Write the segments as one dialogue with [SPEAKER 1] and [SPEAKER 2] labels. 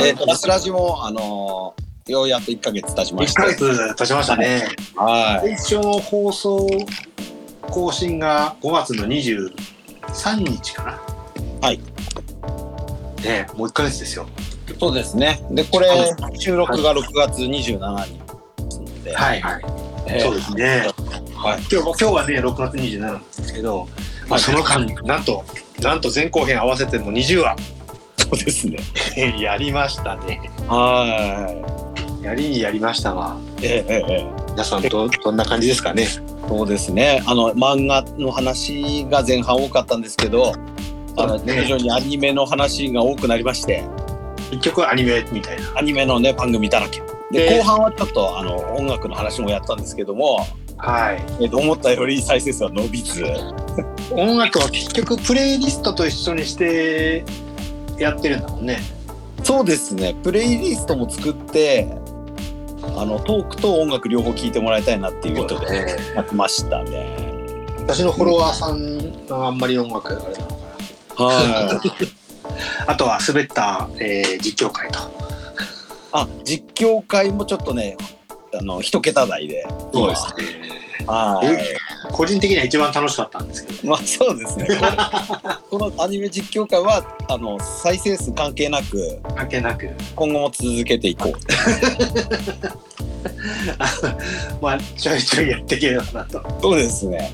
[SPEAKER 1] えっ、と、ラスラジも、あのーようやく1ヶ月経ちま
[SPEAKER 2] 1
[SPEAKER 1] した。
[SPEAKER 2] ヶ月経ちましたね。
[SPEAKER 1] はい。
[SPEAKER 2] 最初の放送更新が5月の23日かな。
[SPEAKER 1] はい。
[SPEAKER 2] ねもう1ヶ月ですよ。
[SPEAKER 1] そうですね。で、これ、収録が6月27日ですので、
[SPEAKER 2] はいはい。
[SPEAKER 1] えー
[SPEAKER 2] そうですね。
[SPEAKER 1] は
[SPEAKER 2] 今
[SPEAKER 1] い。
[SPEAKER 2] 日今日はね6月27日なんですけど、
[SPEAKER 1] はい
[SPEAKER 2] その間なんとなんと前後編合わせても20話
[SPEAKER 1] そうですね。
[SPEAKER 2] やりましたね。
[SPEAKER 1] は
[SPEAKER 2] やりにやりましたが
[SPEAKER 1] い。えええええ
[SPEAKER 2] 皆さんどどんな感じですかね。
[SPEAKER 1] えそうですね。あの、漫画の話が前半多かったんですけど、あの、
[SPEAKER 2] そうですね
[SPEAKER 1] 徐々にアニメの話が多くなりまして、
[SPEAKER 2] 一曲アニメみたいな。
[SPEAKER 1] アニメのね、番組だらけ。
[SPEAKER 2] え
[SPEAKER 1] で、
[SPEAKER 2] え
[SPEAKER 1] 後半はちょっと、あの、音楽の話もやったんですけども、
[SPEAKER 2] はい。
[SPEAKER 1] えっと、思ったより再生数は伸びず、
[SPEAKER 2] 音楽は結局プレイリストと一緒にしてやってるんだもんね。
[SPEAKER 1] そうですね。プレイリストも作って、あのトークと音楽両方聞いてもらいたいなっていうことでやってましたね。
[SPEAKER 2] 私のフォロワーさんはあんまり音楽あれなのか
[SPEAKER 1] はい。
[SPEAKER 2] な。あとは滑った、えー実況会と。
[SPEAKER 1] あ、実況会もちょっとね、あの一桁台で。
[SPEAKER 2] ですね。
[SPEAKER 1] はい。
[SPEAKER 2] 個人的には一番楽しかったんですけど。
[SPEAKER 1] まあそうですね。このこのアニメ実況会はあの再生数関係なく
[SPEAKER 2] 関係なく。
[SPEAKER 1] 今後も続けていこう。
[SPEAKER 2] まあ、ちょいちょいやっていければなと。
[SPEAKER 1] そうですね。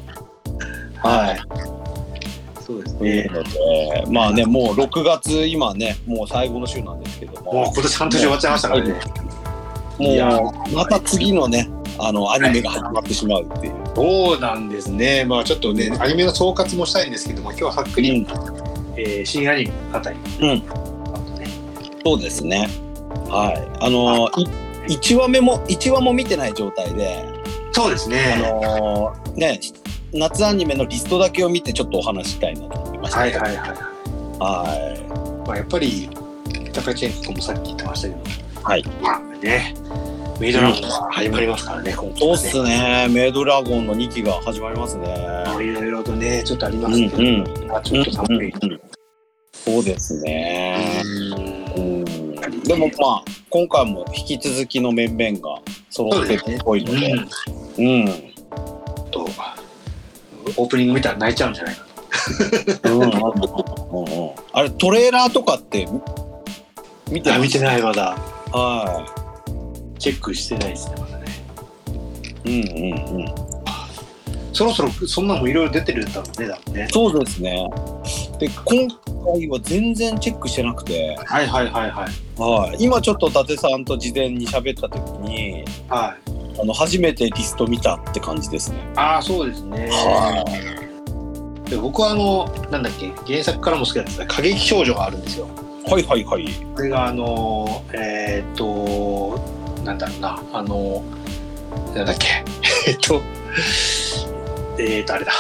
[SPEAKER 1] はい。
[SPEAKER 2] そうです
[SPEAKER 1] という
[SPEAKER 2] ね。
[SPEAKER 1] ので、まあね、もう6月今ね、もう最後の週なんですけども。
[SPEAKER 2] もう今年半年終わっちゃいましたからね。いや
[SPEAKER 1] もうまた次のねあのアニメが始まってしまうっていう、
[SPEAKER 2] そうなんですね。まあちょっとね、アニメの総括もしたいんですけども、今日ははっくり、えー新アニメのあたり。
[SPEAKER 1] うん
[SPEAKER 2] あとね。
[SPEAKER 1] そうですねはいあのい1話目も一話も見てない状態で
[SPEAKER 2] そうです
[SPEAKER 1] あ
[SPEAKER 2] ね。
[SPEAKER 1] のね夏アニメのリストだけを見てちょっとお話ししたいなと思いました
[SPEAKER 2] はいはいは
[SPEAKER 1] はい
[SPEAKER 2] い。まあやっぱり、高知健君もさっき言ってましたけど、
[SPEAKER 1] はい
[SPEAKER 2] まあね、メイドラゴンが始まりますからね、今
[SPEAKER 1] そうっ
[SPEAKER 2] ね。
[SPEAKER 1] すねメイドラゴンの2期が始まりますね
[SPEAKER 2] まあいろいろとね、ちょっとあり
[SPEAKER 1] う
[SPEAKER 2] ま
[SPEAKER 1] ん
[SPEAKER 2] す
[SPEAKER 1] う
[SPEAKER 2] けど、
[SPEAKER 1] ん
[SPEAKER 2] まあちょっと寒い。
[SPEAKER 1] うんうんそうですね
[SPEAKER 2] うん
[SPEAKER 1] うんでもまあ今回も引き続きの面々が揃ってるっぽいので
[SPEAKER 2] うん
[SPEAKER 1] うん
[SPEAKER 2] とオープニング見たら泣いちゃうんじゃないか
[SPEAKER 1] うんうんうんうんあれトレーラーとかって見て
[SPEAKER 2] な
[SPEAKER 1] ま
[SPEAKER 2] 見
[SPEAKER 1] す
[SPEAKER 2] てないまだ
[SPEAKER 1] は
[SPEAKER 2] チェックしてないですねまだね
[SPEAKER 1] いうんうんうん
[SPEAKER 2] そろそろそんなのもいろいろ出てるんだろうねだもんね
[SPEAKER 1] そうですねで今回は全然チェックしてなくて、
[SPEAKER 2] はいはいはいはい
[SPEAKER 1] はい、今ちょっと伊達さんと事前に喋った時に
[SPEAKER 2] はい
[SPEAKER 1] あの初めてリスト見たって感じですね
[SPEAKER 2] ああそうですね
[SPEAKER 1] はい
[SPEAKER 2] で僕はあのなんだっけ原作からも好きだった過激少女があるんですよ
[SPEAKER 1] はいはいはい
[SPEAKER 2] これがあのえーっとなんだろうなあのなんだっけ えーっとえーっとあれだ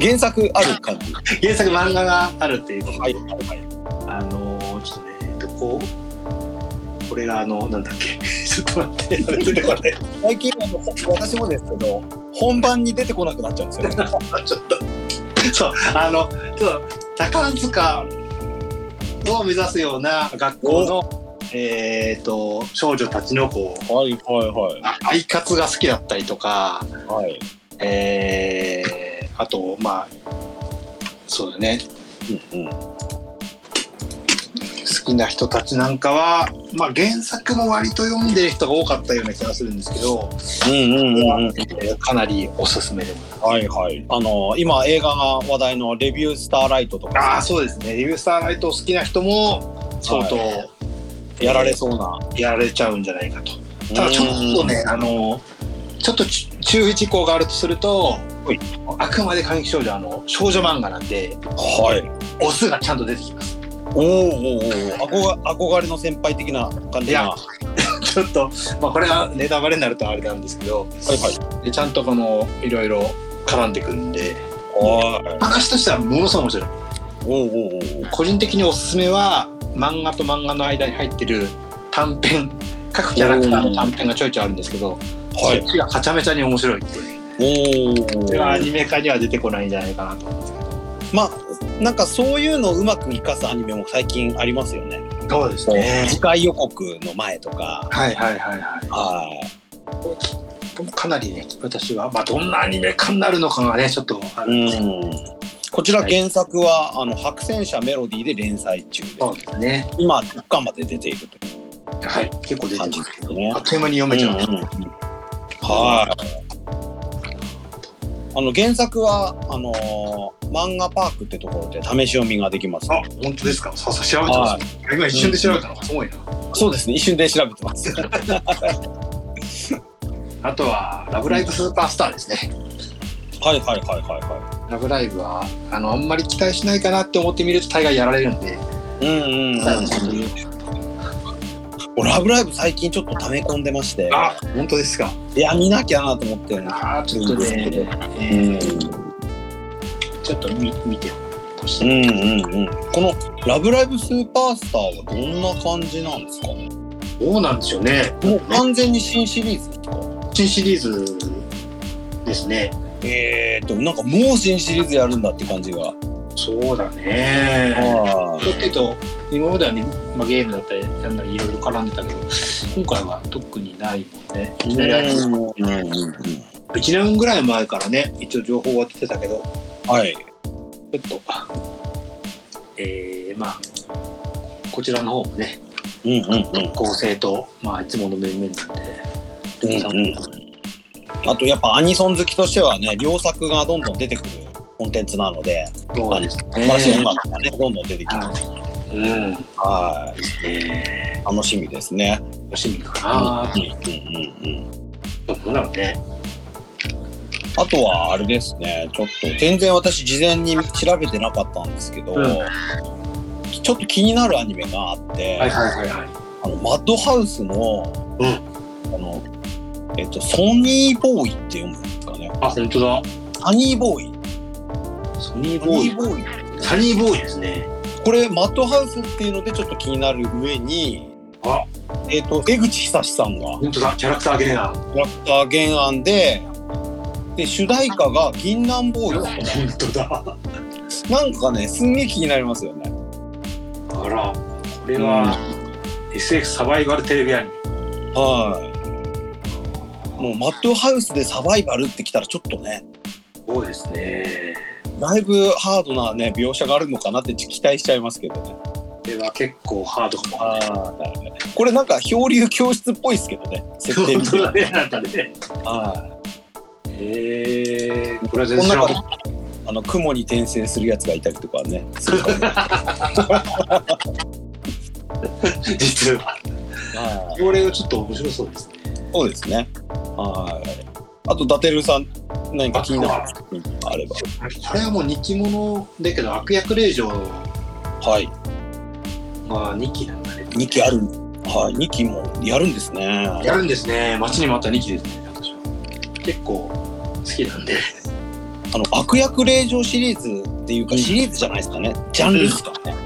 [SPEAKER 1] 原作ある感じは
[SPEAKER 2] 原作漫画があるっていうこと
[SPEAKER 1] いはいはい
[SPEAKER 2] あのー、ちょっとね、えっとこう、これがあの、なんだっけ、 ちょっと待って、あれ出てこない。
[SPEAKER 1] 最近あの私もですけど本番に出てこなくなっちゃうんですよね
[SPEAKER 2] ちょっと、そう、あの、ちょっと、高塚を目指すような学校の、えっ、と、少女たちのこう、
[SPEAKER 1] はいはいはい
[SPEAKER 2] あアイカツが好きだったりとか、
[SPEAKER 1] はい
[SPEAKER 2] えー、あと、まあ、そうだね、
[SPEAKER 1] うんうん
[SPEAKER 2] 好きな人たちなんかは、まあ、原作も割と読んでる人が多かったような気がするんですけど、
[SPEAKER 1] うんうんうんうん
[SPEAKER 2] えーかなりおすすめでございます。
[SPEAKER 1] はいはい。あの、今映画が話題のレビュースターライトと
[SPEAKER 2] ああ、
[SPEAKER 1] か
[SPEAKER 2] そうですね。リビュースターライト好きな人も相当
[SPEAKER 1] やられそうな。
[SPEAKER 2] やられちゃうんじゃないかと。ただちょっとね、あのちょっとち注意事項があるとすると
[SPEAKER 1] はい、
[SPEAKER 2] あくまで過激少女あの少女漫画なんで、
[SPEAKER 1] うん。はい。
[SPEAKER 2] オスがちゃんと出てきます。
[SPEAKER 1] おーおーおお憧れの先輩的な感
[SPEAKER 2] い
[SPEAKER 1] じが。
[SPEAKER 2] や
[SPEAKER 1] は
[SPEAKER 2] ちょっとまあこれはネタバレになるとあれなんですけど、
[SPEAKER 1] いはい。
[SPEAKER 2] でちゃんとこのいろいろ絡んでくるんで、
[SPEAKER 1] はい。
[SPEAKER 2] 話としてはものすごい面白い。
[SPEAKER 1] おーおーおー
[SPEAKER 2] 個人的におすすめは漫画と漫画の間に入ってる短編各キャラクターの短編がちょいちょいあるんですけど、
[SPEAKER 1] は
[SPEAKER 2] そっちがはちゃめちゃに面白いっていう
[SPEAKER 1] い。お
[SPEAKER 2] それはア
[SPEAKER 1] お。
[SPEAKER 2] ニメ化には出てこないんじゃないかなと
[SPEAKER 1] まあ、なんかそういうのをうまく生かすアニメも最近ありますよね。
[SPEAKER 2] そうですね。
[SPEAKER 1] 次回予告の前とか、
[SPEAKER 2] はいはいはいはい。
[SPEAKER 1] はい
[SPEAKER 2] かなりね、私は、まあ、どんなアニメ化になるのかがね、ちょっと、あの
[SPEAKER 1] うん、こちら原作は「あの白戦車メロディー」で連載中で
[SPEAKER 2] そうですね。
[SPEAKER 1] 今1巻まで出ているとい
[SPEAKER 2] はい。結構出
[SPEAKER 1] う
[SPEAKER 2] て
[SPEAKER 1] 感
[SPEAKER 2] き
[SPEAKER 1] じ
[SPEAKER 2] ま
[SPEAKER 1] ですすけどね
[SPEAKER 2] あ。っという間に読めちゃう。
[SPEAKER 1] うんうんはい。あの原作はあのー漫画パークってところで試し読みができます、
[SPEAKER 2] あ、本当ですか。そうそう、調べてます、今一瞬で調べたのがすごいな。
[SPEAKER 1] そうですね。一瞬で調べてます。
[SPEAKER 2] あとは、ラブライブスーパースターですね。
[SPEAKER 1] はいはいはいはいは
[SPEAKER 2] ラブライブは、あの、あんまり期待しないかなって思ってみると、大概やられるんで。
[SPEAKER 1] い。うんうんうん。俺ラブライブ最近ちょっと溜め込んでまして、
[SPEAKER 2] あ、本当ですか。
[SPEAKER 1] いや見なきゃなと思ってるんで
[SPEAKER 2] あー、ちょっとね、
[SPEAKER 1] す
[SPEAKER 2] え
[SPEAKER 1] け
[SPEAKER 2] ー
[SPEAKER 1] ど。うん
[SPEAKER 2] ちょっと見見てほし
[SPEAKER 1] う
[SPEAKER 2] い。
[SPEAKER 1] んうんうん、この「ラブライブスーパースター」はどんな感じなんですか
[SPEAKER 2] どうなんでしょうね。
[SPEAKER 1] もう完全に新シリーズですか
[SPEAKER 2] 新シリーズですね。
[SPEAKER 1] えー、っとなんかもう新シリーズやるんだって感じが
[SPEAKER 2] そうだね。
[SPEAKER 1] あ
[SPEAKER 2] ちょっと今まではね、まあ、ゲームだったり、なんだりいろいろ絡んでたけど、今回は特にないもんね。
[SPEAKER 1] うんうんうんうん
[SPEAKER 2] 1年ぐらい前からね、一応情報は出てたけど、
[SPEAKER 1] はい
[SPEAKER 2] ちょっと、えー、まあ、こちらの方もね、
[SPEAKER 1] うんうんうん
[SPEAKER 2] 構成と、まあ、いつもの面々なん
[SPEAKER 1] う
[SPEAKER 2] で、
[SPEAKER 1] んうんあとやっぱアニソン好きとしてはね両作がどんどん出てくるコンテンツなので
[SPEAKER 2] そうですね。
[SPEAKER 1] 新しい音楽がねどんどん出てきて
[SPEAKER 2] はいうん。
[SPEAKER 1] はい
[SPEAKER 2] え
[SPEAKER 1] 楽しみですね
[SPEAKER 2] ー、楽しみか
[SPEAKER 1] うん
[SPEAKER 2] な。
[SPEAKER 1] うんうんうん
[SPEAKER 2] どうだろうね。
[SPEAKER 1] あとはあれですね、ちょっと全然私事前に調べてなかったんですけど、
[SPEAKER 2] うん
[SPEAKER 1] ちょっと気になるアニメがあって、
[SPEAKER 2] はいはいはいはい。
[SPEAKER 1] あのマッドハウスの、
[SPEAKER 2] うん
[SPEAKER 1] あのえっとソニーボーイって読むんですかね。
[SPEAKER 2] あ、本当だ。
[SPEAKER 1] サニーボーイ。
[SPEAKER 2] ソニー
[SPEAKER 1] サ
[SPEAKER 2] ボ
[SPEAKER 1] ニ
[SPEAKER 2] ー
[SPEAKER 1] ー
[SPEAKER 2] イ。
[SPEAKER 1] ボーイ。
[SPEAKER 2] サニーボーイですね。
[SPEAKER 1] これマッドハウスっていうのでちょっと気になる上に、
[SPEAKER 2] あ、
[SPEAKER 1] えっと江口久志さんが
[SPEAKER 2] 本当だ。キャラクターゲーナー。
[SPEAKER 1] キャラクター原案で。で主題歌が「銀杏ボーイ」だったね
[SPEAKER 2] 本当だ。
[SPEAKER 1] なんかねすんげえ気になりますよね。
[SPEAKER 2] あら、これは、SF サバイバルテレビアニメ。
[SPEAKER 1] はい。もうマッドハウスでサバイバルってきたらちょっとね、
[SPEAKER 2] そうですね。
[SPEAKER 1] だいぶハードなね、描写があるのかなって期待しちゃいますけどね。
[SPEAKER 2] これは結構ハードかも。
[SPEAKER 1] はい。これなんか漂流教室っぽいですけどね、設定
[SPEAKER 2] 本
[SPEAKER 1] 見て
[SPEAKER 2] 当。だね、なんかね。
[SPEAKER 1] は。
[SPEAKER 2] へえー、これはい全然
[SPEAKER 1] この
[SPEAKER 2] 知らな
[SPEAKER 1] 中
[SPEAKER 2] か
[SPEAKER 1] で
[SPEAKER 2] っ、
[SPEAKER 1] あの、雲に転生するやつがいたりと かね、するかも。
[SPEAKER 2] た実は。
[SPEAKER 1] はい。
[SPEAKER 2] これはちょっと面白そうですね。
[SPEAKER 1] そうですね。はい。あと、伊達さん、何か気になる作品があれば。
[SPEAKER 2] これはもう日記物だけど、悪役令嬢
[SPEAKER 1] はい。
[SPEAKER 2] が2期なんだね。
[SPEAKER 1] 2期ある。はい。2期もやるんですね。
[SPEAKER 2] やるんですね。待ちに待った2期ですね、私は。結構好きなんで。
[SPEAKER 1] あの悪役令嬢シリーズっていうか
[SPEAKER 2] うん
[SPEAKER 1] シリーズじゃないですかね、ジャンルですかね、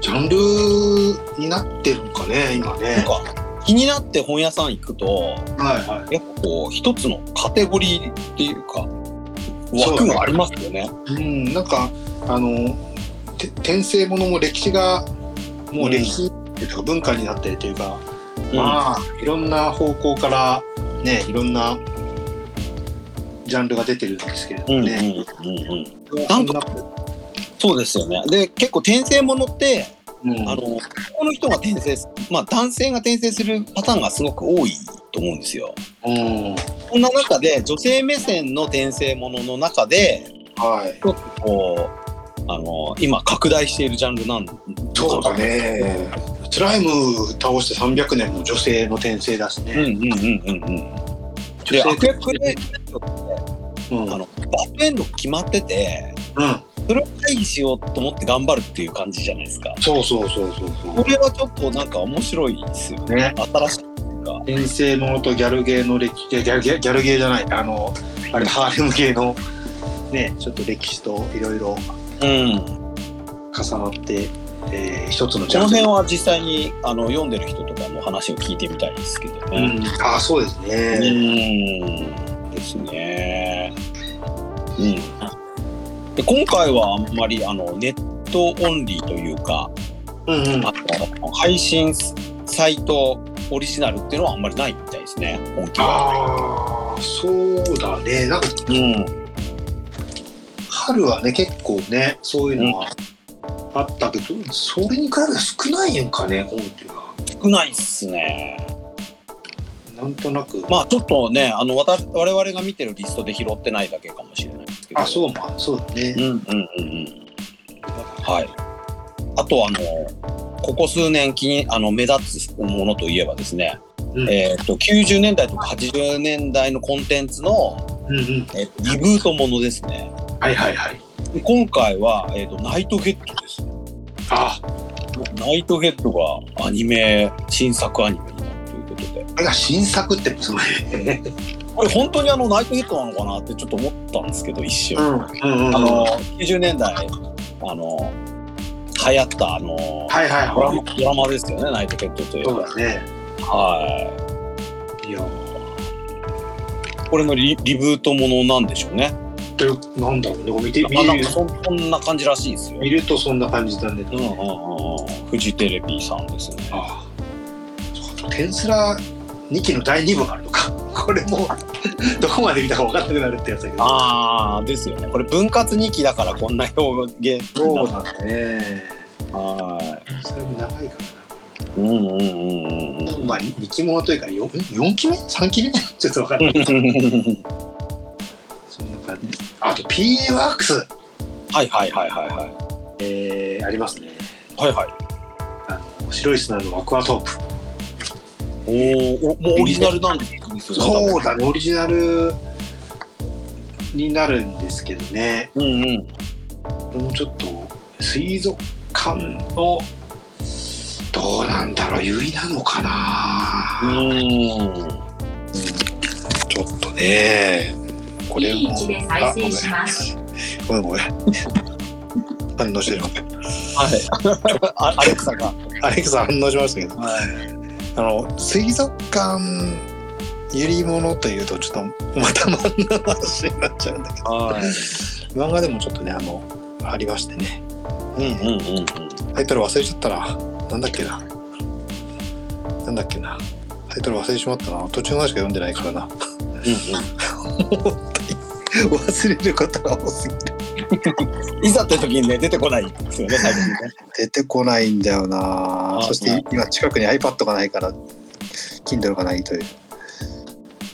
[SPEAKER 2] ジャンルになってるのかね、今
[SPEAKER 1] なん
[SPEAKER 2] ね。
[SPEAKER 1] か気になって本屋さん行くと
[SPEAKER 2] はいは
[SPEAKER 1] やっぱこう一つのカテゴリーっていうか
[SPEAKER 2] そうだ
[SPEAKER 1] 枠
[SPEAKER 2] ね
[SPEAKER 1] がありますよね
[SPEAKER 2] い。うん、なんか、あの、て転生ものも歴史が、もう歴史っていうか文化になってるというか、まあ、いろんな方向から、ね、いろんなジャンルが出てるんですけれど
[SPEAKER 1] うん
[SPEAKER 2] も
[SPEAKER 1] うん
[SPEAKER 2] ね。
[SPEAKER 1] うんうんうん
[SPEAKER 2] そ
[SPEAKER 1] なんそうですよねで結構転生ものって、
[SPEAKER 2] うん、
[SPEAKER 1] あの男の人が転生すまあ男性が転生するパターンがすごく多いと思うんですよ
[SPEAKER 2] うん、
[SPEAKER 1] そんな中で女性目線の転生ものの中で
[SPEAKER 2] はい。
[SPEAKER 1] こうあの今拡大しているジャンルなん
[SPEAKER 2] そうだね。スライム倒して300年の女性の転生だし
[SPEAKER 1] うん
[SPEAKER 2] ね。
[SPEAKER 1] うんうんうんうん。
[SPEAKER 2] 女性
[SPEAKER 1] で悪役で
[SPEAKER 2] うん、うん
[SPEAKER 1] あ、のバッドエンド決まっててそれを回避しようと思って頑張るっていう感じじゃないですか。
[SPEAKER 2] そうそうそうそうそ
[SPEAKER 1] これはちょっとなんか面白いですよ
[SPEAKER 2] う。
[SPEAKER 1] ね。
[SPEAKER 2] ね。
[SPEAKER 1] 新しい。
[SPEAKER 2] 転生ものとギャルゲーの歴史ギャルギャルギャルゲーじゃないあのあれハーレムゲーのねちょっと歴史といろいろ
[SPEAKER 1] うん。
[SPEAKER 2] 重なって、えー一つの
[SPEAKER 1] この
[SPEAKER 2] ル
[SPEAKER 1] 辺は実際にあの読んでる人とかの話を聞いてみたいですけど
[SPEAKER 2] う
[SPEAKER 1] ね。
[SPEAKER 2] ん、あそうです
[SPEAKER 1] う
[SPEAKER 2] ね、
[SPEAKER 1] ん。ですね。うん。で今回はあんまりあのネットオンリーというか
[SPEAKER 2] うんうん
[SPEAKER 1] あの配信サイトオリジナルっていうのはあんまりないみたいですね本気は。
[SPEAKER 2] ああそうだねなんか
[SPEAKER 1] うん
[SPEAKER 2] 春はね結構ねそういうのはあったけど、それに比べて少ないんかね本っていうのは
[SPEAKER 1] 少ないっすね。
[SPEAKER 2] なんとなく、
[SPEAKER 1] まあちょっとねあの私我々が見てるリストで拾ってないだけかもしれないですけど。
[SPEAKER 2] あそうまあそうだ
[SPEAKER 1] うん
[SPEAKER 2] ね、
[SPEAKER 1] うんうんうん。はい。あとあのここ数年気にあの目立つものといえばですね、
[SPEAKER 2] うん
[SPEAKER 1] えっと90年代とか80年代のコンテンツの、
[SPEAKER 2] うんうん
[SPEAKER 1] えーとリブートものですね。
[SPEAKER 2] はいはいはい
[SPEAKER 1] で今回は、えっとナイトヘッドです。
[SPEAKER 2] あ
[SPEAKER 1] ナイトヘッドがアニメ新作アニメになるということで
[SPEAKER 2] あれが新作ってすごいね
[SPEAKER 1] これ本当にあのナイトヘッドなのかなってちょっと思ったんですけど一瞬、
[SPEAKER 2] うんうんうん
[SPEAKER 1] あの90年代あの流行ったあの、
[SPEAKER 2] はいはい
[SPEAKER 1] ドラ
[SPEAKER 2] は
[SPEAKER 1] マドラマですよねナイトヘッドとい
[SPEAKER 2] いうそうだね
[SPEAKER 1] はい
[SPEAKER 2] や
[SPEAKER 1] いこれのリリブートものなんでしょうね
[SPEAKER 2] でなんだろうね見て
[SPEAKER 1] まあ
[SPEAKER 2] 見
[SPEAKER 1] なんか
[SPEAKER 2] る
[SPEAKER 1] そんそんな感じらしいですよ
[SPEAKER 2] 見るとそんな感じだね
[SPEAKER 1] うんうんうんうんフジテレビさんですね
[SPEAKER 2] ああそうかテンスラ2期の第2部があるのか これもどこまで見たか分かんなくなるってやつだけど
[SPEAKER 1] ああですよねこれ分割2期だからこんな表現
[SPEAKER 2] そうなんだね
[SPEAKER 1] はい
[SPEAKER 2] それも長いか
[SPEAKER 1] うんうんうんうん
[SPEAKER 2] らなまあ2期ものというか 4, 4期目3期目 ちょっと分かんない
[SPEAKER 1] うん。
[SPEAKER 2] そんな感じあと PA ワークス、
[SPEAKER 1] はいはいはいはいはい。
[SPEAKER 2] えー、ありますね
[SPEAKER 1] はいはい。
[SPEAKER 2] 白い砂のアクアトープ
[SPEAKER 1] おーお、もうオリジナルなんですよね。
[SPEAKER 2] そうだねオリジナルになるんですけどね
[SPEAKER 1] う。うんうん。
[SPEAKER 2] もうちょっと水族館のどうなんだろう由比なのか
[SPEAKER 1] う
[SPEAKER 2] な、
[SPEAKER 1] ーん。
[SPEAKER 2] ちょっとねこれも
[SPEAKER 3] いい位置で再生します。
[SPEAKER 2] ごめんごめんごめん反応してる
[SPEAKER 1] はい。あ アレクサが。
[SPEAKER 2] アレクサ反応しましたけど
[SPEAKER 1] はい。
[SPEAKER 2] あの水族館ゆりものというとちょっとまた漫画の話になっちゃうんだけど
[SPEAKER 1] はい。
[SPEAKER 2] 漫画でもちょっとねあのありましてね
[SPEAKER 1] うんうんうんうん。
[SPEAKER 2] タイトル忘れちゃったな。なんだっけな。なんだっけな。タイトル忘れてしまったな。途中までしか読んでないからな。 忘れることが多すぎる。
[SPEAKER 1] うんうん。いざって時にね、出てこないですよね、最近ね。
[SPEAKER 2] 出てこないんだよな
[SPEAKER 1] あ。
[SPEAKER 2] そして今近くに iPad がないから、Kindle がないという。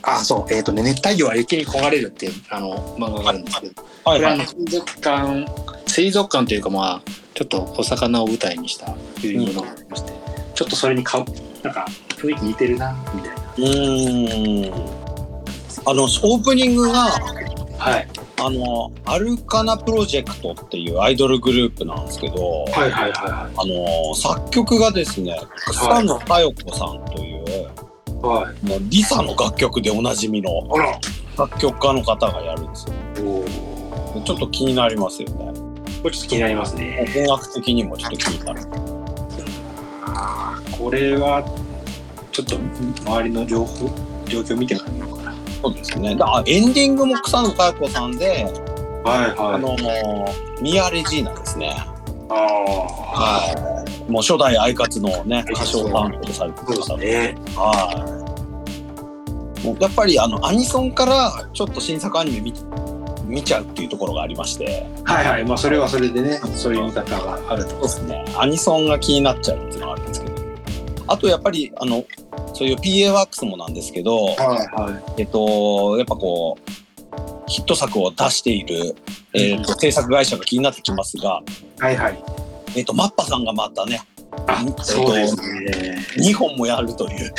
[SPEAKER 2] あ、そう。えっ、とね、熱帯魚は雪に焦がれるっていうあの漫画があるんですけど、 こ
[SPEAKER 1] は
[SPEAKER 2] れはあの。水族館、水族館というかまあ、ちょっとお魚を舞台にしたいうものがありまして、ちょっとそれにか、なんか雰囲気似てるな、みたいな。
[SPEAKER 1] うーん。あの、オープニングが、
[SPEAKER 2] はい。
[SPEAKER 1] あの、アルカナプロジェクトっていうアイドルグループなんですけど、
[SPEAKER 2] はいはいはいはい。
[SPEAKER 1] あのー作曲がですね草野佳代子さんという、
[SPEAKER 2] はい。
[SPEAKER 1] もうリサの楽曲でおなじみの
[SPEAKER 2] あら。
[SPEAKER 1] 作曲家の方がやるんですよ
[SPEAKER 2] お
[SPEAKER 1] でちょっと気になりますよね
[SPEAKER 2] これちょっと気になりますね。
[SPEAKER 1] 音楽的にもちょっと気になる
[SPEAKER 2] これはちょっと周りの情報状況見てから見ようかな。
[SPEAKER 1] そうですねだあエンディングも草野佳代子さんで、
[SPEAKER 2] はいはい。
[SPEAKER 1] あのーミア・レジーナですね
[SPEAKER 2] あ
[SPEAKER 1] はいもう初代アイカツのね歌唱担当されて
[SPEAKER 2] あ
[SPEAKER 1] る方
[SPEAKER 2] そうですね。
[SPEAKER 1] はいもうやっぱりあのアニソンからちょっと新作アニメ見見ちゃうっていうところがありまして
[SPEAKER 2] はいはい。まあそれはそれでね、そういう見方があると。
[SPEAKER 1] そうですね。アニソンが気になっちゃうっていうのがあるんですけど。あとやっぱり、あの、そういう PA ワークスもなんですけど、
[SPEAKER 2] はいはい。
[SPEAKER 1] えっと、やっぱこう、ヒット作を出している、えっと、制作会社が気になってきますが、
[SPEAKER 2] はいはい。
[SPEAKER 1] えっと、マッパさんがまたね、
[SPEAKER 2] あ
[SPEAKER 1] えっと
[SPEAKER 2] そうですね。
[SPEAKER 1] 2本もやるという。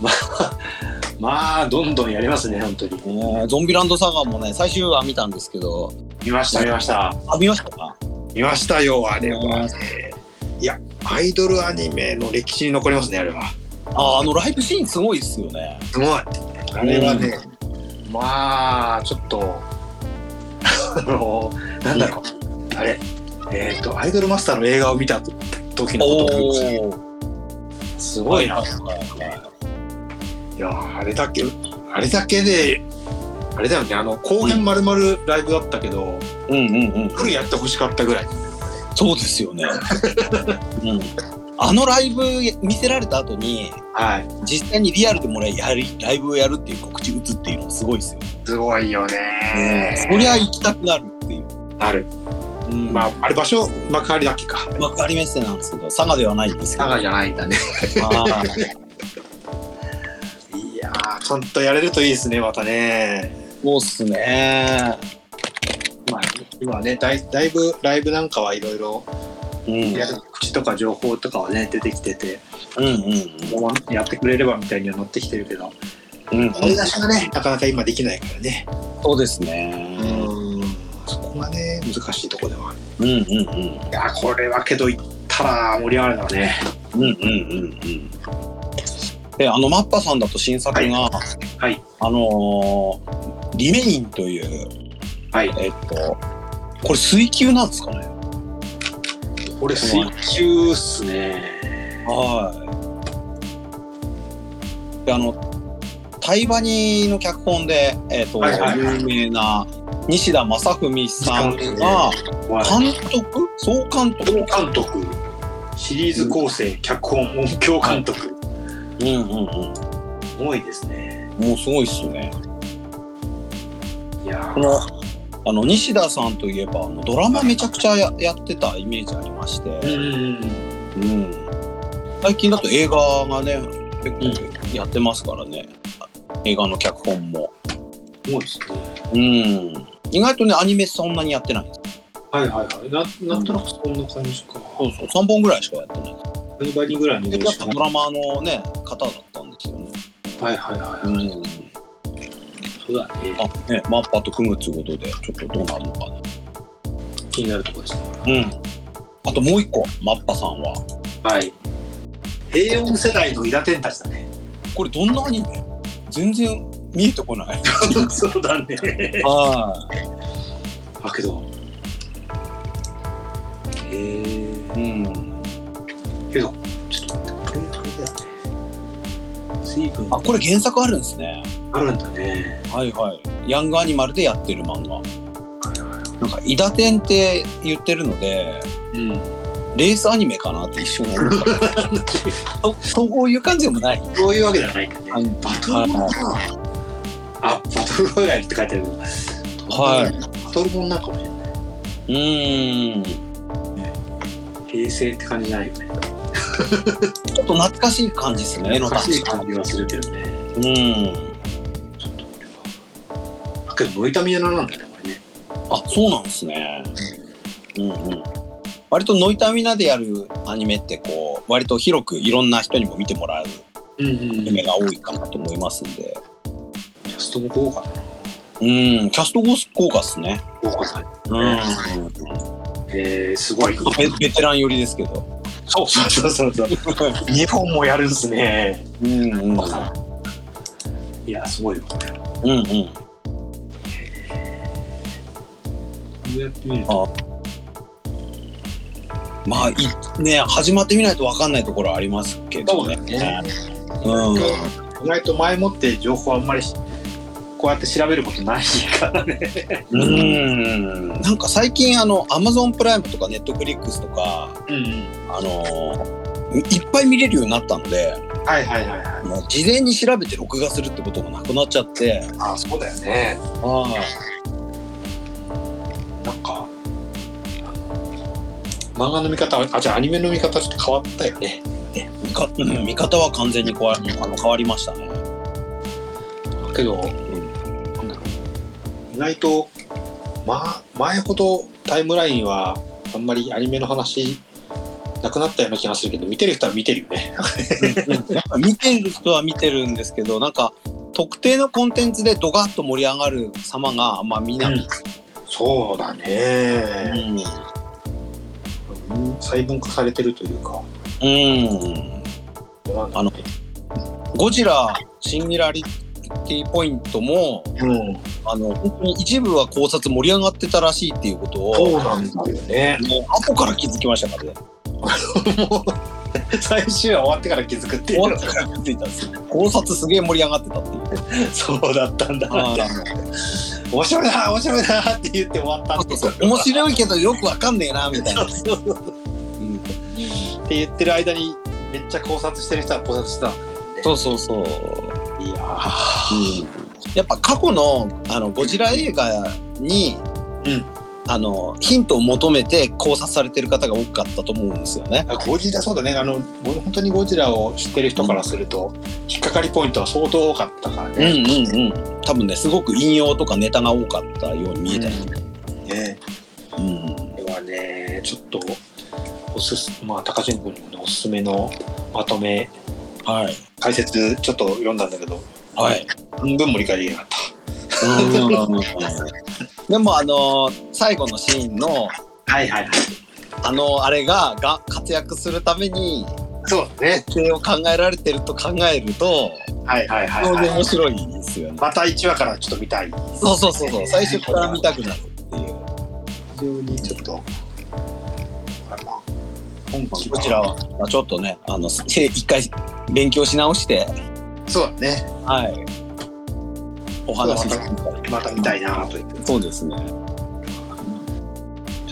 [SPEAKER 2] まあ、まあ、どんどんやりますね、本当に。
[SPEAKER 1] ねゾンビランドサガーもね、最終話見たんですけど、
[SPEAKER 2] 見ました、見ました。
[SPEAKER 1] あ、見ましたか
[SPEAKER 2] 見ましたよ、あ
[SPEAKER 1] れは。
[SPEAKER 2] いや、アイドルアニメの歴史に残りますね、あれは。
[SPEAKER 1] あ、あの、ライブシーンすごいですよね。
[SPEAKER 2] すごい。あれはね、まあ、ちょっと、 あの、なんだろう、あれ、えっ、と、アイドルマスターの映画を見た時のことす
[SPEAKER 1] おー。
[SPEAKER 2] すごいな。
[SPEAKER 1] はいはいはい
[SPEAKER 2] いや、あれだけ、あれだけで、あれだよね、あの、後編まるまるライブだったけど、
[SPEAKER 1] うんうんうん。
[SPEAKER 2] フルやってほしかったぐらい。
[SPEAKER 1] そうですよね、 うん、あのライブ見せられた後に
[SPEAKER 2] はい。
[SPEAKER 1] 実際にリアルでもらやりライブをやるっていう告知打つっていうのもすごいですよ、
[SPEAKER 2] すごいよね。
[SPEAKER 1] そりゃ行きたくなるっていう、
[SPEAKER 2] ある。
[SPEAKER 1] うん、
[SPEAKER 2] ま
[SPEAKER 1] ま
[SPEAKER 2] あ、あれ場所、幕張だっけか。
[SPEAKER 1] あ幕張メッセなんですけど佐賀ではないんですけど
[SPEAKER 2] 佐賀じゃないんだね。
[SPEAKER 1] あ
[SPEAKER 2] いやー、ちゃんとやれるといいですね、またね。
[SPEAKER 1] そうっすね
[SPEAKER 2] まあ、今ね、だいだいぶライブなんかはいろいろ、
[SPEAKER 1] うん
[SPEAKER 2] やる口とか情報とかはね、出てきてて、
[SPEAKER 1] うんうん
[SPEAKER 2] もうやってくれればみたいにはなってきてるけど、
[SPEAKER 1] うんうん
[SPEAKER 2] 思い出しがね、なかなか今できないからね。
[SPEAKER 1] そうですね
[SPEAKER 2] うん。そこがね、難しいとこではある。
[SPEAKER 1] うんうんうん
[SPEAKER 2] いやー、これはけど行ったら盛り上がるだね。
[SPEAKER 1] うんうんうんうん。で、あの、マッパさんだと新作が、
[SPEAKER 2] いはい
[SPEAKER 1] あのーリメインという、
[SPEAKER 2] はい。
[SPEAKER 1] えっと、これ水球なんですかね
[SPEAKER 2] これ水球っすね。
[SPEAKER 1] はい。で、あの、タイバニの脚本で、えっと、
[SPEAKER 2] はいはいはい
[SPEAKER 1] 有名な西田正文さんが、
[SPEAKER 2] はい。
[SPEAKER 1] 監督総監督
[SPEAKER 2] 共監督、シリーズ構成、脚本、音響監督、
[SPEAKER 1] うんうんうん。
[SPEAKER 2] すごいですね。
[SPEAKER 1] もうすごいっすね。
[SPEAKER 2] いや
[SPEAKER 1] このあの西田さんといえばあのドラマめちゃくちゃややってたイメージありまして、
[SPEAKER 2] ーうん。
[SPEAKER 1] うん最近だと映画がね結構やってますからね、映画の脚本も、
[SPEAKER 2] すごいですね。
[SPEAKER 1] うん、意外とねアニメそんなにやってないんです
[SPEAKER 2] はいはいはい。ななんとなくそんな感じか。
[SPEAKER 1] そうそう3本ぐらいしかやってない
[SPEAKER 2] 10倍にぐらいの
[SPEAKER 1] でやっぱドラマのね方だったんですよね、
[SPEAKER 2] はいはいは
[SPEAKER 1] う
[SPEAKER 2] い。
[SPEAKER 1] ん、
[SPEAKER 2] そうだね。
[SPEAKER 1] あねマッパと組むっていうことでちょっとどうなるのかね
[SPEAKER 2] 気になるとこですね。
[SPEAKER 1] うんあともう一個マッパさんは
[SPEAKER 2] はい。平穏世代のイラテンたちだね。
[SPEAKER 1] これどんなアニメ全然見えて こない
[SPEAKER 2] そうだね。
[SPEAKER 1] は
[SPEAKER 2] あ、けど。えー。
[SPEAKER 1] い。うん。
[SPEAKER 2] けど、ちょっと待って、これあれだよね。水分
[SPEAKER 1] あ、これ原作あるんですね。
[SPEAKER 2] あるんだね。
[SPEAKER 1] はいはい。ヤングアニマルでやってる漫画。なんか、イダテンって言ってるので、
[SPEAKER 2] うん。
[SPEAKER 1] レースアニメかなって一瞬思った。 そそういう感じでもない。
[SPEAKER 2] そういうわけじゃないんだね。
[SPEAKER 1] はい
[SPEAKER 2] バトルモンか。あ、バトルロイヤルって書いてある。。
[SPEAKER 1] はい
[SPEAKER 2] バトルモンなんかもしれない。
[SPEAKER 1] うーん。ち
[SPEAKER 2] 平成って感じじゃないよね。
[SPEAKER 1] ょっと懐かしい感じですね、絵の
[SPEAKER 2] おか
[SPEAKER 1] タ
[SPEAKER 2] し
[SPEAKER 1] ッチ
[SPEAKER 2] い感じはするけどね。
[SPEAKER 1] うん。
[SPEAKER 2] あ、けど、ノイタミヤナなんだね、これね。
[SPEAKER 1] あ、そうなんですね。うんうん。割とノイタミナでやるアニメってこう割と広くいろんな人にも見てもらう
[SPEAKER 2] うんうん。
[SPEAKER 1] 夢が多いかなと思いますんで、
[SPEAKER 2] キャストも豪華だな。
[SPEAKER 1] うん、キャスト豪華っすね。
[SPEAKER 2] 豪華だね。
[SPEAKER 1] うん。
[SPEAKER 2] えー、すごい。
[SPEAKER 1] ベベテラン寄りですけど。
[SPEAKER 2] そうそうそうそうそう。日本もやるんすね。
[SPEAKER 1] うんうん。うん
[SPEAKER 2] いや、すごいよ。こ
[SPEAKER 1] うん。
[SPEAKER 2] うやって見ると。
[SPEAKER 1] まあいね始まってみないとわかんないところはありますけどね。
[SPEAKER 2] そうだね
[SPEAKER 1] うん。
[SPEAKER 2] 意外と前もって情報あんまりしこうやって調べることないからね。
[SPEAKER 1] うん。なんか最近あのアマゾンプライムとかネットフリックスとか
[SPEAKER 2] うんうん。
[SPEAKER 1] あのーいっぱい見れるようになったので、
[SPEAKER 2] はいはいはいはい。
[SPEAKER 1] もう事前に調べて録画するってこともなくなっちゃって。
[SPEAKER 2] ああそうだよね。
[SPEAKER 1] はい。
[SPEAKER 2] なんか漫画の見方あじゃあアニメの見方ちょっと変わったよね。
[SPEAKER 1] 見かうん見方は完全にこわあの変わりましたね。
[SPEAKER 2] けど、なんだろう意外と、ま、前ほどタイムラインはあんまりアニメの話なくなったような気がするけど見てる人は見てるよね。
[SPEAKER 1] 見てる人は見てるんですけどなんか特定のコンテンツでドガッと盛り上がる様があんま見ない、
[SPEAKER 2] そうだ
[SPEAKER 1] う
[SPEAKER 2] ね。
[SPEAKER 1] ん
[SPEAKER 2] 細分化されてるというか。
[SPEAKER 1] うん、あのゴジラシンギュラリティポイントも
[SPEAKER 2] うん、
[SPEAKER 1] あの本当に一部は考察盛り上がってたらしいっていうことを
[SPEAKER 2] そうなんだよね。
[SPEAKER 1] もう後から気づきましたからね。
[SPEAKER 2] 最終話終わってから気づくってい
[SPEAKER 1] 終わ
[SPEAKER 2] う
[SPEAKER 1] ってから気づいたんですよ考察すげえ盛り上がってたっていう
[SPEAKER 2] そうだったんだって面白いな面白いなって言って終わったんですよ
[SPEAKER 1] 面白いけどよくわかんねえなみたいな
[SPEAKER 2] そうそうそう
[SPEAKER 1] うん
[SPEAKER 2] って言ってる間にめっちゃ考察してる人は考察してた
[SPEAKER 1] そうそうそう、
[SPEAKER 2] いや
[SPEAKER 1] やっぱ過去のあのゴジラ映画に、
[SPEAKER 2] うん
[SPEAKER 1] あのヒントを求めて考察されてる方が多かったと思うんですよね。
[SPEAKER 2] ゴジラそうだねあのご本当にゴジラを知ってる人からすると、引っかかりポイントは相当多かったから
[SPEAKER 1] うん
[SPEAKER 2] ね、
[SPEAKER 1] うんうん、多分ねすごく引用とかネタが多かったように見えたり、
[SPEAKER 2] ね
[SPEAKER 1] うん
[SPEAKER 2] これはねちょっとおすすまあ高千穂君にもねおすすめのまとめ
[SPEAKER 1] はい
[SPEAKER 2] 解説ちょっと読んだんだけど
[SPEAKER 1] はい、
[SPEAKER 2] 半分も理解できなかった
[SPEAKER 1] でもあの最後のシーン
[SPEAKER 2] は
[SPEAKER 1] の
[SPEAKER 2] いはいはい。
[SPEAKER 1] あのあれがが活躍するために
[SPEAKER 2] そうね。
[SPEAKER 1] それを考えられてると考えると
[SPEAKER 2] はいはいはい、
[SPEAKER 1] 非常に
[SPEAKER 2] は
[SPEAKER 1] 面
[SPEAKER 2] い。
[SPEAKER 1] 白いですよね。
[SPEAKER 2] また1話からちょっと見たい。
[SPEAKER 1] そうそうそうそう最初から見たくなるっていう。
[SPEAKER 2] 非常にちょっと。あれな本番
[SPEAKER 1] こちらは、まあ、ちょっとね、あの、せ一回勉強し直して、
[SPEAKER 2] そうだね。
[SPEAKER 1] はい。お話ししてみたい。
[SPEAKER 2] また見たいなという。
[SPEAKER 1] そうですね。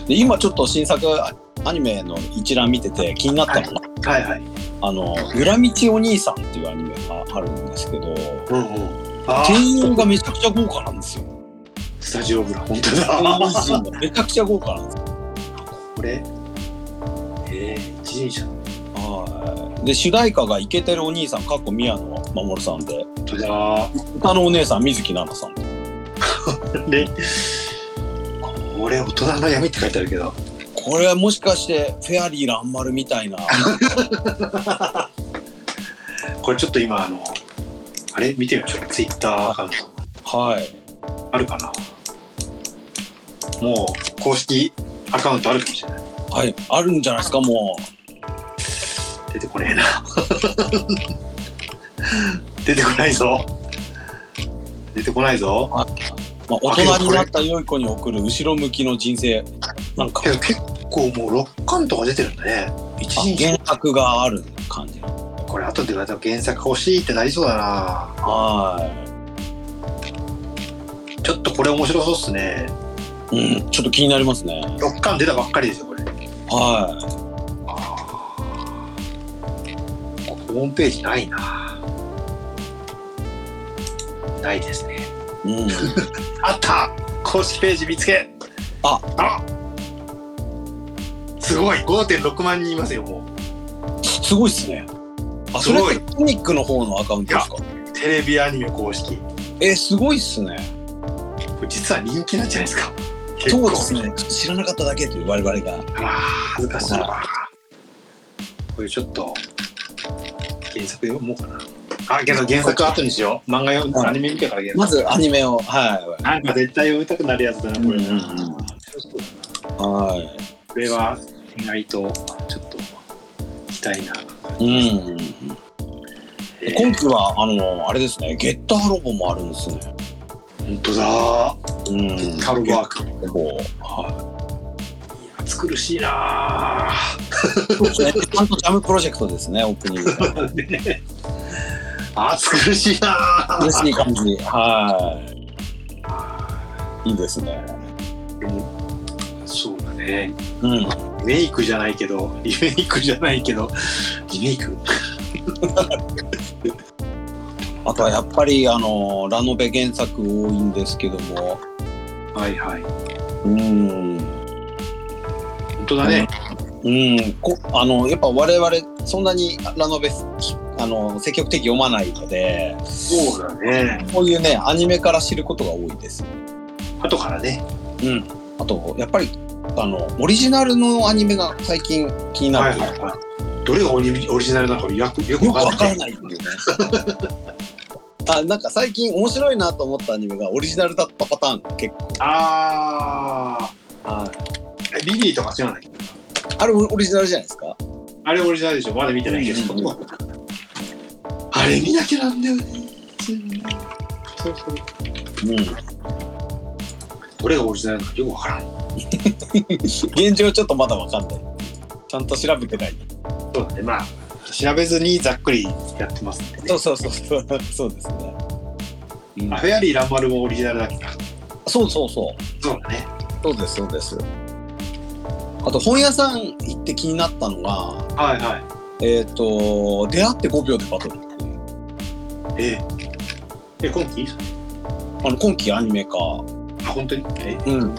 [SPEAKER 1] で今ちょっと新作あアニメの一覧見てて気になったのが、
[SPEAKER 2] はいはい。
[SPEAKER 1] あの「裏道お兄さん」っていうアニメがあるんですけど
[SPEAKER 2] うんうん。あ
[SPEAKER 1] 定
[SPEAKER 2] ー
[SPEAKER 1] 員がめちゃくちゃ豪華なんですよ。
[SPEAKER 2] スタジオブラ、本当
[SPEAKER 1] 定
[SPEAKER 2] だ。
[SPEAKER 1] 員陣がめちゃくちゃ豪華なんですよ。
[SPEAKER 2] これ。えー、一輪車。
[SPEAKER 1] はいで主題歌がイケてるお兄さんかっこ宮野真守さんで
[SPEAKER 2] 本当だ。
[SPEAKER 1] 歌のお姉さん水木奈々さんで
[SPEAKER 2] で、これ大人の闇って書いてあるけど。
[SPEAKER 1] これはもしかしてフェアリー蘭丸みたいな
[SPEAKER 2] これちょっと今、あの、あれ見てみましょう。ツイッターアカウント。
[SPEAKER 1] はい
[SPEAKER 2] あるかなもう公式アカウントあるかもしれない
[SPEAKER 1] はいあるんじゃないですかも
[SPEAKER 2] 出てこねえな 出てこないぞ出てこないぞ
[SPEAKER 1] う、まあ、
[SPEAKER 2] あけど
[SPEAKER 1] 大人に
[SPEAKER 2] これ
[SPEAKER 1] なった良い子に送る後ろ向きの人生なんか
[SPEAKER 2] けど結構もう6巻とか出てるんだね一
[SPEAKER 1] あ
[SPEAKER 2] 人称
[SPEAKER 1] 原作がある感じ
[SPEAKER 2] これ後で言われたら原作欲しいってなりそうだな
[SPEAKER 1] は
[SPEAKER 2] ちょっとこれ面白そうっすね
[SPEAKER 1] い、うん、ちょっと気になりますね
[SPEAKER 2] 6巻出たばっかりですよこれ
[SPEAKER 1] は
[SPEAKER 2] ホームページないなないですね
[SPEAKER 1] い、うん、
[SPEAKER 2] あった公式ページ見つけ
[SPEAKER 1] あ
[SPEAKER 2] あすごい5.6万人いますよも
[SPEAKER 1] すごいっすねあ
[SPEAKER 2] す
[SPEAKER 1] それ
[SPEAKER 2] ごい
[SPEAKER 1] ってコミックの方のアカウントですか
[SPEAKER 2] うテレビアニメ公式
[SPEAKER 1] えーすごいっすね
[SPEAKER 2] これ実は人気なんじゃないですか結
[SPEAKER 1] そう
[SPEAKER 2] 構
[SPEAKER 1] ですねちょっと知らなかっただけという我々が
[SPEAKER 2] あら恥ずかしいなこれちょっと原作読もうかなあけど原作後にしよう漫画読ん
[SPEAKER 1] うん
[SPEAKER 2] アニメ見てから原作
[SPEAKER 1] まずアニメをはい
[SPEAKER 2] なんか絶対読みたくなるやつだなこれな、
[SPEAKER 1] うんうんうんは
[SPEAKER 2] これは意外とちょっと期待な、
[SPEAKER 1] いうん
[SPEAKER 2] えー
[SPEAKER 1] 今期はあのあれですねゲッターロボもあるんですね。
[SPEAKER 2] 本当だ
[SPEAKER 1] うん
[SPEAKER 2] カルワーク
[SPEAKER 1] ロボ。は
[SPEAKER 2] 暑苦しいなあ
[SPEAKER 1] い。そうですね。ちゃんとジャムプロジェクトですねオープニングが。
[SPEAKER 2] 暑苦しいなあ
[SPEAKER 1] 嬉しい感じ。はい。いいですね。
[SPEAKER 2] そうだね
[SPEAKER 1] うん。
[SPEAKER 2] リメイクじゃないけどリメイクじゃないけどリメイク
[SPEAKER 1] あとはやっぱりあのラノベ原作多いんですけども。
[SPEAKER 2] はいはい
[SPEAKER 1] うん。
[SPEAKER 2] 本当だね、
[SPEAKER 1] うん。こあのやっぱ我々そんなにラノベあの積極的に読まないので、
[SPEAKER 2] そうだね
[SPEAKER 1] こういうねアニメから知ることが多いです。
[SPEAKER 2] 後からね
[SPEAKER 1] うん、あとやっぱりあのオリジナルのアニメが最近気にな
[SPEAKER 2] は
[SPEAKER 1] っ
[SPEAKER 2] い
[SPEAKER 1] て、
[SPEAKER 2] はいはいどれがオリオリジナルなのかよくよく
[SPEAKER 1] よ
[SPEAKER 2] 分
[SPEAKER 1] く
[SPEAKER 2] か
[SPEAKER 1] わ
[SPEAKER 2] ん
[SPEAKER 1] か
[SPEAKER 2] な
[SPEAKER 1] ら
[SPEAKER 2] い
[SPEAKER 1] ないん だよね。あなんか最近面白いなと思ったアニメがオリジナルだったパターンが結構
[SPEAKER 2] あ
[SPEAKER 1] あ
[SPEAKER 2] ーリリーとか知らない
[SPEAKER 1] れオリジナルじゃないですか
[SPEAKER 2] あれオリジナルでしょまだ見てないけど、
[SPEAKER 1] うんうんう
[SPEAKER 2] あれ見なきゃなんだよねそうそう
[SPEAKER 1] うん
[SPEAKER 2] どれがオリジナルなのかよく分からん
[SPEAKER 1] 現状ちょっとまだわかんないちゃんと調べてない
[SPEAKER 4] そうなんでまあ調べずにざっくりやってますんでね
[SPEAKER 1] そうそうそうそうそうですね、うん
[SPEAKER 4] あフェアリーランマルもオリジナルだっけな
[SPEAKER 1] そうそうそう
[SPEAKER 4] そうだね
[SPEAKER 1] そうですそうですあと本屋さん行って気になったのが
[SPEAKER 4] はいは
[SPEAKER 1] えっ、と出会って5秒でバトルっていう
[SPEAKER 4] いえええ今期
[SPEAKER 1] あの今期アニメ化
[SPEAKER 4] あ本当にえ
[SPEAKER 1] うん、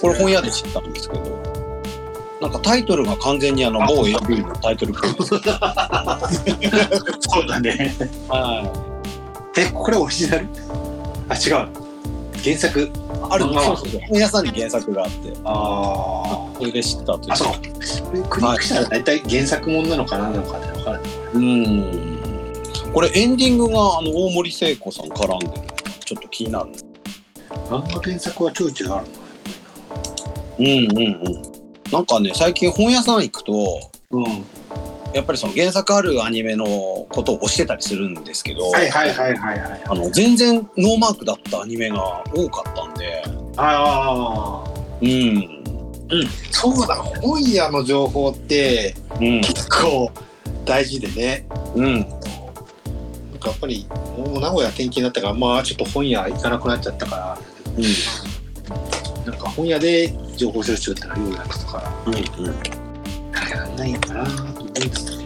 [SPEAKER 1] これ本屋で知ったんですけど、なんかタイトルが完全にあの
[SPEAKER 4] あ
[SPEAKER 1] 某 AV のタイトルっぽいです。
[SPEAKER 4] そうだね
[SPEAKER 1] は
[SPEAKER 4] えこれオリジナルあ違う原作
[SPEAKER 1] い、ある
[SPEAKER 4] まあ
[SPEAKER 1] そうそうそう本屋さんに原作があって、
[SPEAKER 4] あ
[SPEAKER 1] それで知ったという。
[SPEAKER 4] あそうこれクリックしたら大体原作もんなのかななんかね分からない
[SPEAKER 1] うん。これエンディングがあの大森聖子さん絡んでる。ちょっと気になる。
[SPEAKER 4] 漫画原作はちょいちょいある
[SPEAKER 1] うんうんうん。なんかね最近本屋さん行くと。
[SPEAKER 4] うん
[SPEAKER 1] やっぱりその原作あるアニメのことを推してたりするんですけど、
[SPEAKER 4] はいはいはいはいはい
[SPEAKER 1] あの全然ノーマークだったアニメが多かったんで、
[SPEAKER 4] ああ
[SPEAKER 1] うん、
[SPEAKER 4] そうだ本屋の情報って
[SPEAKER 1] うん、
[SPEAKER 4] 結構大事でね
[SPEAKER 1] うん、
[SPEAKER 4] なんかやっぱりもう名古屋転勤になったからまあちょっと本屋行かなくなっちゃったから
[SPEAKER 1] うん。
[SPEAKER 4] なんか本屋で情報収集ってのはようやくとか
[SPEAKER 1] うんうん、
[SPEAKER 4] やんないんかなと思いつつ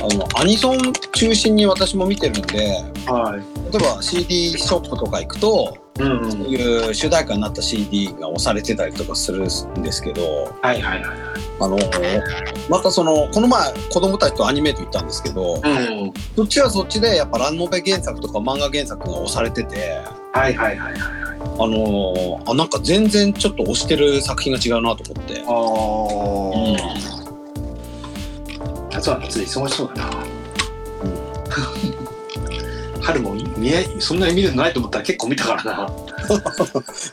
[SPEAKER 1] あのアニソン中心に私も見てるんで例
[SPEAKER 4] はい
[SPEAKER 1] えば CD ショップとか行くと
[SPEAKER 4] うんう
[SPEAKER 1] そうんいう主題歌になった CD が押されてたりとかするんですけど
[SPEAKER 4] はいはいはい
[SPEAKER 1] あのまたそのこの前子供たちとアニメート行ったんですけど
[SPEAKER 4] うん
[SPEAKER 1] そっちはそっちでやっぱラノベ原作とか漫画原作が押されてて
[SPEAKER 4] はいはいはいはい
[SPEAKER 1] あのあなんか全然ちょっと押してる作品が違うなと思って。
[SPEAKER 4] ああ夏は夏で忙しそうだな
[SPEAKER 1] う
[SPEAKER 4] 春も見えそんなに見るのないと思ったら結構見たからな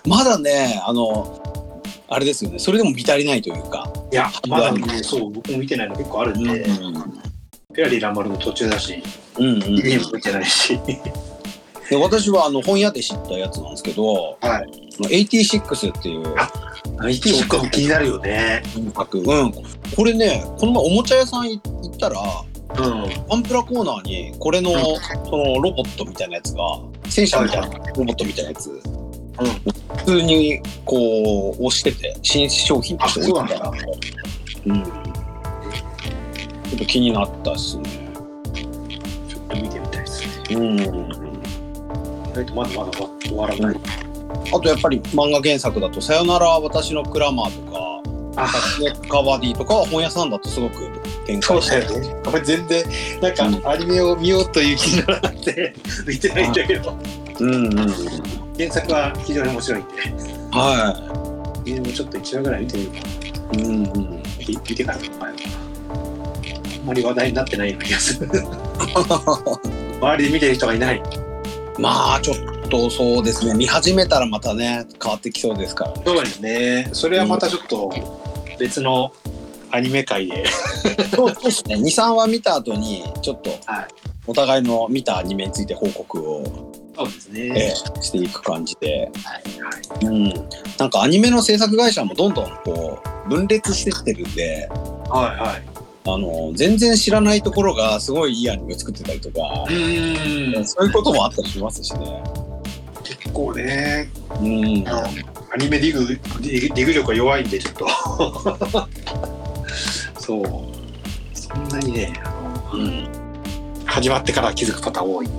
[SPEAKER 1] まだねあのあれですよねそれでも見足りないというか。
[SPEAKER 4] いやまだねそう僕も見てないの結構あるんで、フェアリーランマルも途中だし、
[SPEAKER 1] うんうん
[SPEAKER 4] 家も見てないし。
[SPEAKER 1] で私はあの本屋で知ったやつなんですけど、
[SPEAKER 4] は
[SPEAKER 1] あの86っていう
[SPEAKER 4] あ IT ショックも気になるよね。
[SPEAKER 1] 音楽、うん、これねこの前おもちゃ屋さんい行ったら
[SPEAKER 4] うん。
[SPEAKER 1] アンプラコーナーにこれの,、
[SPEAKER 4] うん
[SPEAKER 1] そのロボットみたいなやつが戦車みたいなロボットみたいなやつ、普通にこう押してて新商品として置いてたら
[SPEAKER 4] あ
[SPEAKER 1] うんちょっと気になったっすね
[SPEAKER 4] ちょっと見てみたいですね。
[SPEAKER 1] うん
[SPEAKER 4] 意外とまだまだ終わらない。
[SPEAKER 1] あとやっぱり漫画原作だと「さよなら私のクラマー」とか
[SPEAKER 4] あ
[SPEAKER 1] カバディとかは本屋さんだとすごく展
[SPEAKER 4] そ
[SPEAKER 1] 開
[SPEAKER 4] うだよね。これ全然、なんかアニメを見ようという気にならなくて、見てないんだけど、
[SPEAKER 1] うんうんうん
[SPEAKER 4] 原作は非常に面白いんで、
[SPEAKER 1] は
[SPEAKER 4] 自分もちょっと一話ぐらい見てみようかな。
[SPEAKER 1] いうんうん
[SPEAKER 4] 見て見てから考えようかな。あんまり話題になってないような気がする。 周りで見てる人がいない。
[SPEAKER 1] まあちょっとそうですね見始めたらまたね変わってきそうですからね
[SPEAKER 4] そうですね。それはまたちょっと別のアニメ界で。
[SPEAKER 1] そうですね23話見た後にちょっと
[SPEAKER 4] はい
[SPEAKER 1] お互いの見たアニメについて報告を、
[SPEAKER 4] そうですね。
[SPEAKER 1] ええしていく感じで、
[SPEAKER 4] はいはい。
[SPEAKER 1] うん、なんかアニメの制作会社もどんどんこう分裂してきてるんで
[SPEAKER 4] はいはい。
[SPEAKER 1] あの全然知らないところがすごいいいアニメを作ってたりとか、
[SPEAKER 4] うん
[SPEAKER 1] そういうこともあったりしますしね。
[SPEAKER 4] 結構ね、
[SPEAKER 1] うん
[SPEAKER 4] あのアニメディグディグディグ力が弱いんでちょっとそうそんなにねあの、始まってから気づくパターン多い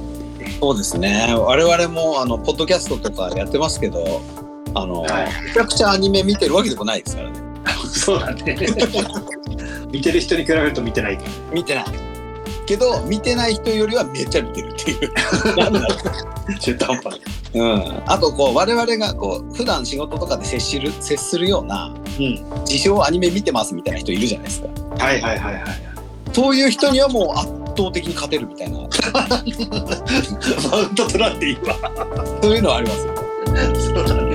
[SPEAKER 1] そうですね我々もあのポッドキャストとかやってますけどあの、
[SPEAKER 4] はい
[SPEAKER 1] めちゃくちゃアニメ見てるわけでもないですからね
[SPEAKER 4] そうだね見てる人に比べると見てない
[SPEAKER 1] 見てないけど見てない人よりはめっちゃ見てるっていうなんだろ
[SPEAKER 4] 中途半端
[SPEAKER 1] う、うん、あとこう我々がこう普段仕事とかで接する接するような
[SPEAKER 4] うん
[SPEAKER 1] 自称アニメ見てますみたいな人いるじゃないですか
[SPEAKER 4] はいはいはいはい
[SPEAKER 1] そういう人にはもう圧倒的に勝てるみたいな
[SPEAKER 4] マウント取らんでいいわ
[SPEAKER 1] そういうのはありますよ
[SPEAKER 4] そうだね